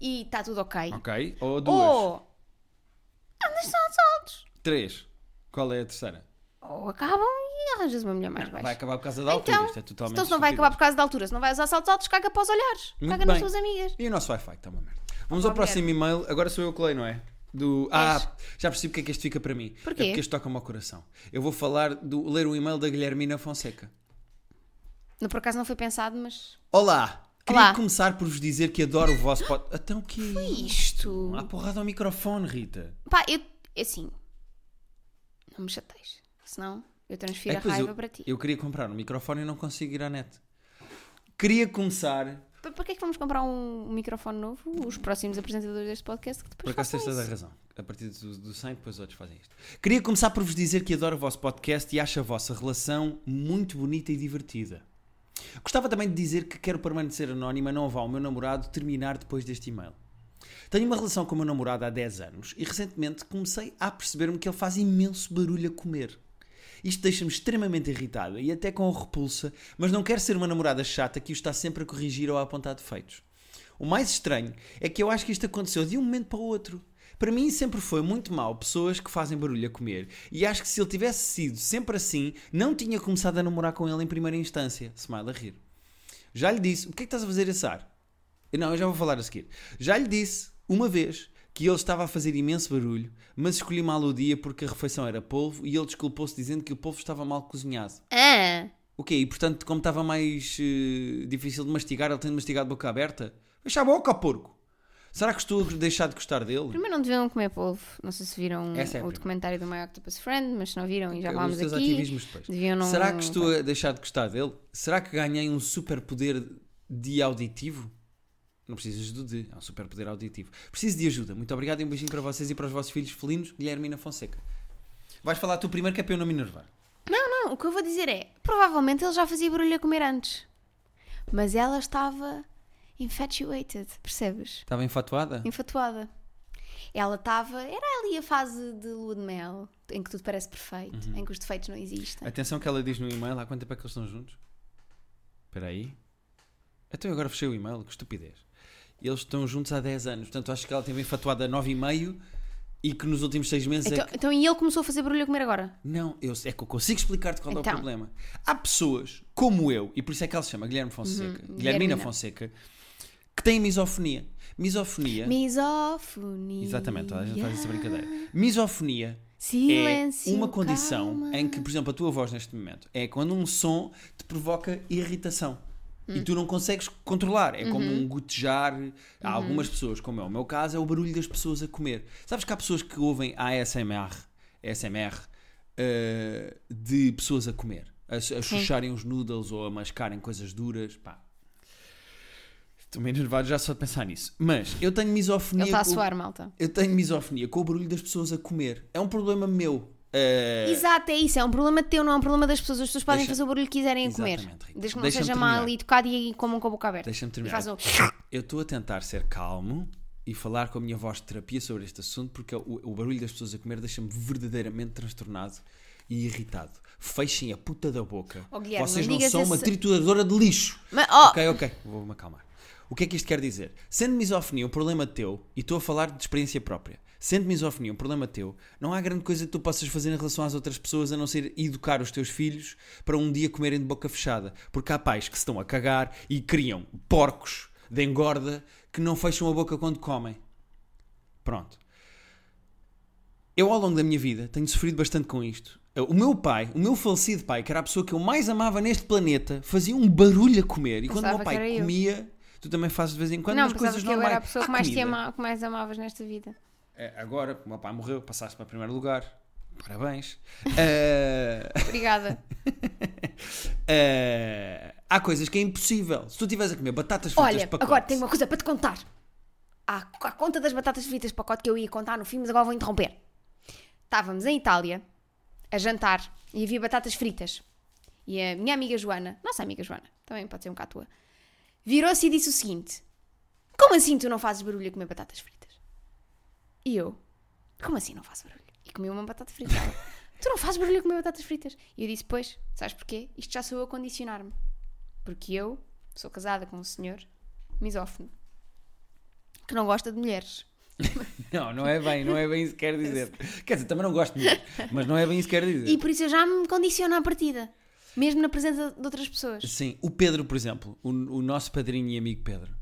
S2: e está tudo ok.
S1: ok. Ou duas.
S2: Ou. Andas só aos altos.
S1: Três. Qual é a terceira?
S2: Ou acabam e arranjas uma mulher mais
S1: Vai
S2: baixa.
S1: acabar por causa da altura.
S2: Então,
S1: Isto é totalmente
S2: então se não vai
S1: estúpido.
S2: acabar por causa da altura, se não vai usar saltos altos, caga para os olhares.
S1: Muito
S2: caga nas
S1: bem.
S2: tuas amigas. Tá
S1: E o nosso Wi-Fi está uma merda. Vamos ao
S2: uma
S1: próximo e-mail. Agora sou eu que leio, não é? Do... Ah, já percebo porque é que este fica para mim.
S2: Porquê?
S1: É porque este toca-me ao coração. Eu vou falar do ler um e-mail da Guilhermina Fonseca.
S2: Não, por acaso não foi pensado, mas.
S1: Olá! Queria
S2: Olá.
S1: começar por vos dizer que adoro o vosso podcast. Então o que é isto?
S2: Isto.
S1: Há porrada ao microfone, Rita.
S2: Pá, eu. Assim. Não me chateis. Senão eu transfiro
S1: É
S2: a
S1: que depois
S2: raiva
S1: eu,
S2: para ti.
S1: eu queria comprar um microfone e não consigo ir à net. Queria começar.
S2: Para Para que é que vamos comprar um, um microfone novo? Os próximos apresentadores deste podcast que
S1: Por
S2: depois.
S1: acaso tens
S2: façam
S1: toda a
S2: isso.
S1: razão. A partir do, do 100, depois outros fazem isto. Queria começar por vos dizer que adoro o vosso podcast e acho a vossa relação muito bonita e divertida. Gostava também de dizer que quero permanecer anónima, não vá o meu namorado terminar depois deste e-mail. Tenho uma relação com o meu namorado há 10 anos e recentemente comecei a perceber-me que ele faz imenso barulho a comer. Isto deixa-me extremamente irritada e até com repulsa, mas não quero ser uma namorada chata que o está sempre a corrigir ou a apontar defeitos. O mais estranho é que eu acho que isto aconteceu de um momento para o outro. Para mim sempre foi muito mal pessoas que fazem barulho a comer e acho que se ele tivesse sido sempre assim, não tinha começado a namorar com ele em primeira instância. Smile a rir. Já lhe disse, o que é que estás a fazer esse ar? Não, eu já vou falar a seguir. Já lhe disse, uma vez, que ele estava a fazer imenso barulho, mas escolhi mal o dia porque a refeição era polvo e ele desculpou-se dizendo que o polvo estava mal cozinhado.
S2: Ah!
S1: O quê? E portanto, como estava mais eh, difícil de mastigar, ele tendo mastigado boca aberta, fecha a boca, ó porco! Será que estou a deixar de gostar dele?
S2: Primeiro não deviam comer polvo. Não sei se viram
S1: Essa é a
S2: o
S1: primeira.
S2: documentário do My Octopus Friend, mas se não viram e já falámos
S1: Os teus
S2: aqui,
S1: ativismos depois.
S2: deviam não...
S1: Será que estou a deixar de gostar dele? Será que ganhei um superpoder de auditivo? Não precisas do de, é um superpoder auditivo. Preciso de ajuda. Muito obrigado e um beijinho para vocês e para os vossos filhos felinos, Guilhermina Fonseca. Vais falar tu primeiro que é para eu não me enervar.
S2: Não, o que eu vou dizer é, provavelmente ele já fazia barulho a comer antes. Mas ela estava infatuated, percebes?
S1: Estava enfatuada?
S2: Infatuada. Ela estava... Era ali a fase de lua de mel, em que tudo parece perfeito,
S1: Uhum.
S2: em que os defeitos não existem.
S1: Atenção que ela diz no e-mail, há quanto tempo é que eles estão juntos? Espera aí. Até eu agora fechei o e-mail, que estupidez. Eles estão juntos há 10 anos, portanto acho que ela teve enfatuada há 9,5 e que nos últimos 6 meses é
S2: Então,
S1: que...
S2: então e ele começou a fazer barulho a comer agora?
S1: Não, eu, é que eu consigo explicar-te qual é
S2: Então.
S1: o problema. Há pessoas como eu, e por isso é que ela se chama Guilherme Fonseca, Guilhermina
S2: Uhum. Guilhermina.
S1: Fonseca, que têm misofonia. Misofonia.
S2: Misofonia.
S1: É. Exatamente, toda a gente faz essa brincadeira. Misofonia
S2: Silêncio.
S1: é uma condição
S2: calma.
S1: em que, por exemplo, a tua voz neste momento é quando um som te provoca irritação. E tu não consegues controlar. É como
S2: Uhum.
S1: um gotejar. Há algumas pessoas, como é o meu caso, é o barulho das pessoas a comer. Sabes que há pessoas que ouvem ASMR, ASMR eh, de pessoas a comer, a, a chucharem os noodles ou a mascarem coisas duras. Pá. Estou meio enervado já só de pensar nisso. Mas eu tenho misofonia.
S2: Ele está a
S1: com-
S2: suar, malta.
S1: eu tenho misofonia com o barulho das pessoas a comer. É um problema meu. Eh,
S2: Exato, é isso. É um problema teu, não é um problema das pessoas. As pessoas podem
S1: Deixa-
S2: fazer o barulho que quiserem a comer.
S1: Exatamente, Rita.
S2: Desde que não
S1: Deixa-me
S2: seja mal
S1: terminar.
S2: ali tocado e aí comam com a boca aberta.
S1: Deixa-me
S2: E
S1: terminar.
S2: faz um...
S1: Eu estou a tentar ser calmo e falar com a minha voz de terapia sobre este assunto porque o, o barulho das pessoas a comer deixa-me verdadeiramente transtornado e irritado. Fechem a puta da boca.
S2: Oh, Guilherme,
S1: Vocês
S2: não
S1: não
S2: digas
S1: são uma
S2: esse-
S1: trituradora de lixo.
S2: Mas, oh,
S1: Ok, ok, vou-me acalmar. O que é que isto quer dizer? Sendo misofonia um problema teu, e estou a falar de experiência própria, sendo misofonia um problema teu, não há grande coisa que tu possas fazer em relação às outras pessoas a não ser educar os teus filhos para um dia comerem de boca fechada. Porque há pais que se estão a cagar e criam porcos de engorda que não fecham a boca quando comem. Pronto. Eu, ao longo da minha vida, tenho sofrido bastante com isto. O meu pai, o meu falecido pai, que era a pessoa que eu mais amava neste planeta, fazia um barulho a comer. E quando o
S2: Pensava
S1: meu
S2: que era
S1: pai
S2: eu.
S1: comia, tu também fazes de vez em quando
S2: não,
S1: umas
S2: pensava
S1: coisas
S2: que eu
S1: normais.
S2: era a pessoa que
S1: Há
S2: mais, te
S1: comida.
S2: ama, que mais amavas nesta vida.
S1: É, Agora, que o meu pai morreu, passaste para primeiro lugar.
S2: *laughs*
S1: Parabéns. Eh,
S2: Obrigada.
S1: eh, há coisas que é impossível. Se tu estiveres a comer batatas fritas
S2: Olha,
S1: pacote,
S2: agora tenho uma coisa para te contar. À, à conta das batatas fritas pacote que eu ia contar no fim, mas agora vou interromper. Estávamos em Itália a jantar e havia batatas fritas. E a minha amiga Joana, nossa amiga Joana, também pode ser um cá tua, virou-se e disse o seguinte: Como assim tu não fazes barulho a comer batatas fritas? E eu, como assim não faço barulho? E comi uma
S1: *laughs*
S2: batata frita. Ela, tu não fazes barulho a comer batatas fritas? E eu disse, pois, sabes porquê? Isto já sou eu a condicionar-me. Porque eu sou casada com um senhor misófono que não gosta de mulheres.
S1: Não, não é bem, não é bem isso que quer
S2: *laughs*
S1: dizer. Quer dizer, também não gosto de mulheres, mas não é bem isso que quer dizer.
S2: E por isso eu já me condiciono à partida. Mesmo na presença de outras pessoas.
S1: Sim, o Pedro, por exemplo, o, o nosso padrinho e amigo Pedro,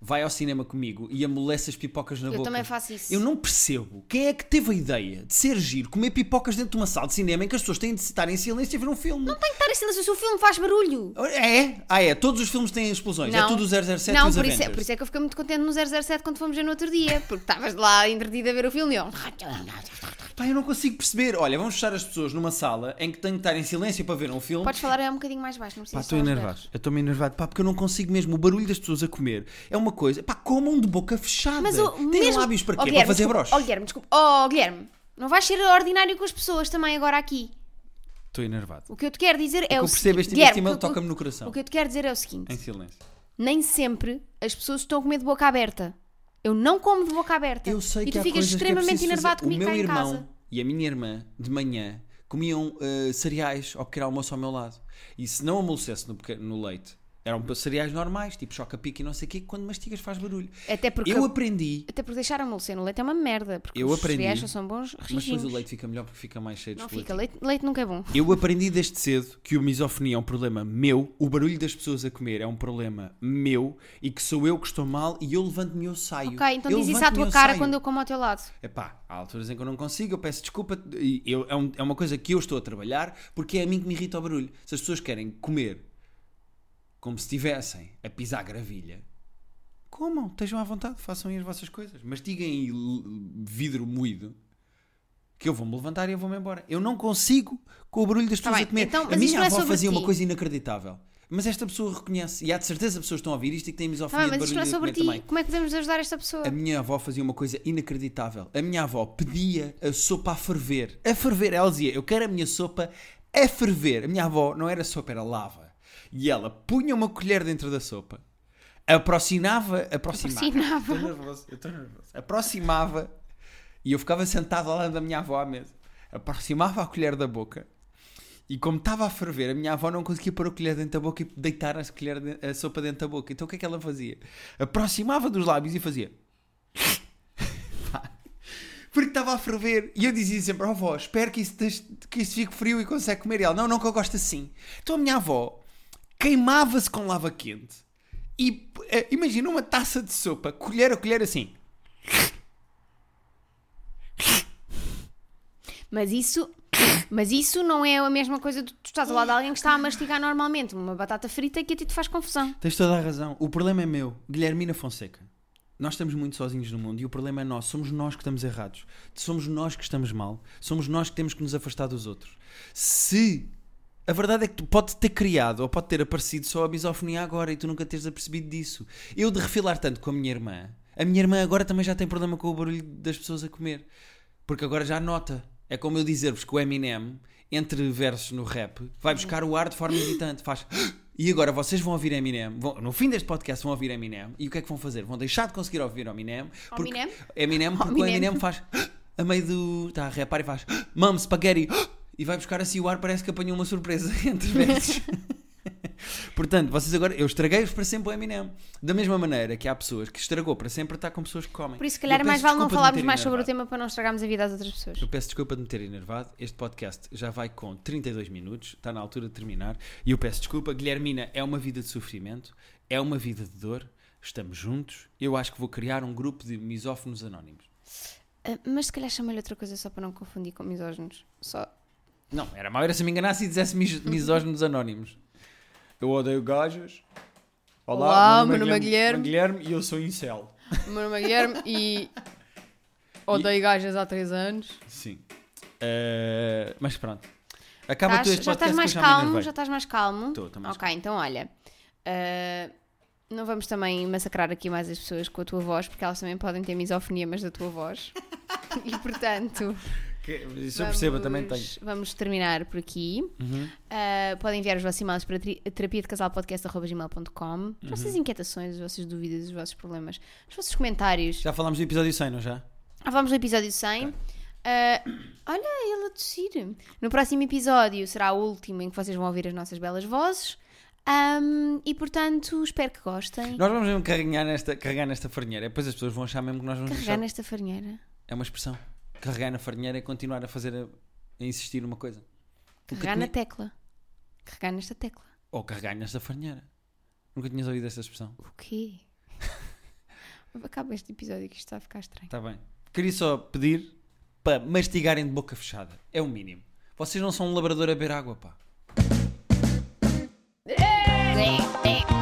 S1: vai ao cinema comigo e amolece as pipocas na
S2: Eu
S1: boca.
S2: também faço isso.
S1: Eu não percebo quem é que teve a ideia de ser giro comer pipocas dentro de uma sala de cinema em que as pessoas têm de estar em silêncio e ver um filme.
S2: Tem que estar em silêncio, o seu filme faz barulho.
S1: É? Ah, é. Todos os filmes têm explosões. É tudo o 007
S2: não,
S1: e os
S2: por
S1: Avengers.
S2: isso, é, por isso é que eu fiquei muito contente no 007 quando fomos ver no outro dia, porque estavas lá entretida a ver o filme e eu.
S1: Pá, eu não consigo perceber. Olha, vamos fechar as pessoas numa sala em que têm de estar em silêncio para ver um filme.
S2: Podes falar é um bocadinho mais baixo, não
S1: Pá,
S2: precisas
S1: estou
S2: falar mais
S1: enervado. Eu estou-me enervado, pá, porque eu não consigo mesmo. O barulho das pessoas a comer é uma coisa. Pá, comam de boca fechada.
S2: Mas o
S1: Têm
S2: mesmo...
S1: lábios para
S2: Oh,
S1: quê? para
S2: Guilherme,
S1: fazer
S2: desculpa.
S1: broche.
S2: Oh, Guilherme, desculpa. Oh, Guilherme, não vais ser ordinário com as pessoas também agora aqui. oh,
S1: Estou enervado.
S2: O que eu te quero dizer é o,
S1: eu percebo
S2: seguinte-
S1: este,
S2: Guilherme,
S1: este e-mail
S2: o que eu-
S1: toca-me no coração.
S2: O que eu te quero dizer é o seguinte.
S1: Em silêncio.
S2: Nem sempre as pessoas estão a comer de boca aberta. Eu não como de boca aberta.
S1: Eu sei
S2: e
S1: que
S2: tu
S1: há
S2: ficas
S1: coisas que é
S2: extremamente
S1: preciso
S2: enervado
S1: fazer. O
S2: comigo
S1: meu
S2: cá em
S1: irmão
S2: casa.
S1: e a minha irmã, de manhã, comiam eh, cereais ao pequeno almoço ao meu lado. E se não amolecesse no, peque- no leite, eram cereais normais, tipo choca-pique e não sei o quê, que quando mastigas faz barulho.
S2: Até porque,
S1: Eu aprendi,
S2: até porque deixar amolecer no leite é uma merda. Porque
S1: Eu
S2: os
S1: aprendi,
S2: cereais só são bons
S1: mas
S2: rijinhos.
S1: depois o leite fica melhor porque fica mais cheio de
S2: Não fica.
S1: gelatina.
S2: Leite, leite nunca é bom.
S1: Eu aprendi desde cedo que o misofonia é um problema meu, o barulho das pessoas a comer é um problema meu e que sou eu que estou mal e eu levanto-me e eu saio.
S2: Ok, então
S1: Eu
S2: diz isso à
S1: levanto-me e
S2: tua
S1: eu
S2: cara
S1: saio.
S2: quando eu como ao teu lado.
S1: Epá, há alturas em que eu não consigo, eu peço desculpa, e eu- é, um- é uma coisa que eu estou a trabalhar porque é a mim que me irrita o barulho. Se as pessoas querem comer como se estivessem a pisar gravilha, Comam, estejam à vontade, façam aí as vossas coisas. Mas diguem vidro moído que eu vou-me levantar e eu vou-me embora. Eu não consigo com o barulho das
S2: Tá
S1: pessoas
S2: bem,
S1: a comer.
S2: então,
S1: a
S2: mas isto
S1: minha
S2: não é
S1: avó
S2: sobre
S1: fazia
S2: ti.
S1: uma coisa inacreditável. Mas esta pessoa reconhece, e há de certeza pessoas que estão a ouvir isto e que têm
S2: Tá bem,
S1: misofonia de
S2: mas isto
S1: barulho
S2: não é
S1: de
S2: sobre
S1: comer
S2: ti.
S1: também.
S2: Como é que podemos ajudar esta pessoa?
S1: A minha avó fazia uma coisa inacreditável. A minha avó pedia a sopa a ferver. A ferver. Ela dizia, eu quero a minha sopa a ferver. A minha avó não era sopa, era lava. E ela punha uma colher dentro da sopa, aproximava, aproximava.
S2: Aproximava.
S1: Estou nervoso, eu estou nervoso. Aproximava. E eu ficava sentado ao lado da minha avó à mesa. Aproximava a colher da boca. E como estava a ferver, a minha avó não conseguia pôr a colher dentro da boca e deitar a, colher de- a sopa dentro da boca. Então o que é que ela fazia? Aproximava dos lábios e fazia. *laughs* Porque estava a ferver. E eu dizia sempre, ó avó, espero que isso, deixe- que isso fique frio e consegue comer. E ela, não, não, que eu gosto assim. Então a minha avó queimava-se com lava quente. E eh, imagina uma taça de sopa, colher a colher assim.
S2: Mas isso. Mas isso não é a mesma coisa de tu estás ao lado de alguém que está a mastigar normalmente uma batata frita que a ti te faz confusão.
S1: Tens toda a razão. O problema é meu. Guilhermina Fonseca. Nós estamos muito sozinhos no mundo e o problema é nosso. Somos nós que estamos errados. Somos nós que estamos mal. Somos nós que temos que nos afastar dos outros. Se. A verdade é que tu pode ter criado ou pode ter aparecido só a misofonia agora e tu nunca teres apercebido disso. Eu de refilar tanto com a minha irmã. A minha irmã agora também já tem problema com o barulho das pessoas a comer. Porque agora já nota. É como eu dizer-vos que o Eminem, entre versos no rap, vai buscar o ar de forma irritante. Faz. "Ah, E agora vocês vão ouvir Eminem. Vão, no fim deste podcast vão ouvir Eminem. E o que é que vão fazer? Vão deixar de conseguir ouvir Eminem. Porque
S2: Eminem?
S1: Eminem, porque o
S2: Eminem.
S1: Eminem faz. "Ah, A meio do. Está a rapar e faz. "Ah, Mom, spaghetti. E vai buscar assim o ar, parece que apanhou uma surpresa *laughs* entre versos. Portanto, vocês agora. Eu estraguei-vos para sempre o Eminem. Da mesma maneira que há pessoas que estragou para sempre estar com pessoas que comem.
S2: Por isso, se
S1: Eu
S2: calhar, é
S1: peço
S2: mais vale não
S1: desculpa de me
S2: falarmos
S1: ter
S2: mais sobre o
S1: enervado.
S2: tema para não estragarmos a vida às outras pessoas.
S1: Eu peço desculpa de me ter enervado. Este podcast já vai com 32 minutos, está na altura de terminar. E eu peço desculpa. Guilhermina, é uma vida de sofrimento, é uma vida de dor. Estamos juntos. Eu acho que vou criar um grupo de misófonos anónimos.
S2: Ah, mas se calhar chama-lhe outra coisa só para não confundir com misóginos. Só.
S1: Não, era mau era se eu me enganasse e dissesse
S2: *laughs*
S1: mis misófonos anónimos. Eu odeio gajas.
S2: Olá, meu nome é Guilherme.
S1: e eu sou incel.
S2: O meu nome é Guilherme e.
S1: odeio
S2: gajas há 3 anos.
S1: Sim. Eh, mas pronto. Acaba tu este
S2: já
S1: podcast
S2: estás mais
S1: que eu já me
S2: calmo,
S1: enervei.
S2: já estás mais calmo.
S1: Estou, estou mais
S2: ok, então olha. ah, não vamos também massacrar aqui mais as pessoas com a tua voz, porque elas também podem ter misofonia, mas da tua voz. *laughs* e portanto.
S1: Que- Isso eu percebo, eu também tenho.
S2: tá-
S1: Uhum.
S2: vamos- Vamos terminar por aqui. Ah, podem enviar os vossos e-mails para terapia de casal As vossas
S1: Uhum.
S2: inquietações, as vossas dúvidas, os vossos problemas, os vossos comentários.
S1: Já falámos do episódio 100, não já?
S2: Ah, vamos no episódio 100. Ah, olha, ele a tossir. No próximo episódio será o último em que vocês vão ouvir as nossas belas vozes. Ahm, e portanto, espero que gostem.
S1: Nós vamos mesmo carregar nesta, carregar nesta farinheira. Depois as pessoas vão achar mesmo que nós vamos
S2: Carregar
S1: deixar.
S2: nesta farinheira.
S1: É uma expressão. Carregar na farinheira é continuar a fazer, a, a insistir numa coisa. Nunca
S2: Carregar na
S1: tinha-
S2: tecla. Carregar nesta tecla.
S1: Ou carregar nesta farinheira. Nunca tinhas ouvido esta expressão.
S2: O quê? *laughs* Acaba este episódio que isto está a ficar estranho.
S1: Está Tá bem. Queria só pedir para mastigarem de boca fechada. É o mínimo. Vocês não são um labrador a beber água, pá.
S2: Zé, Zé.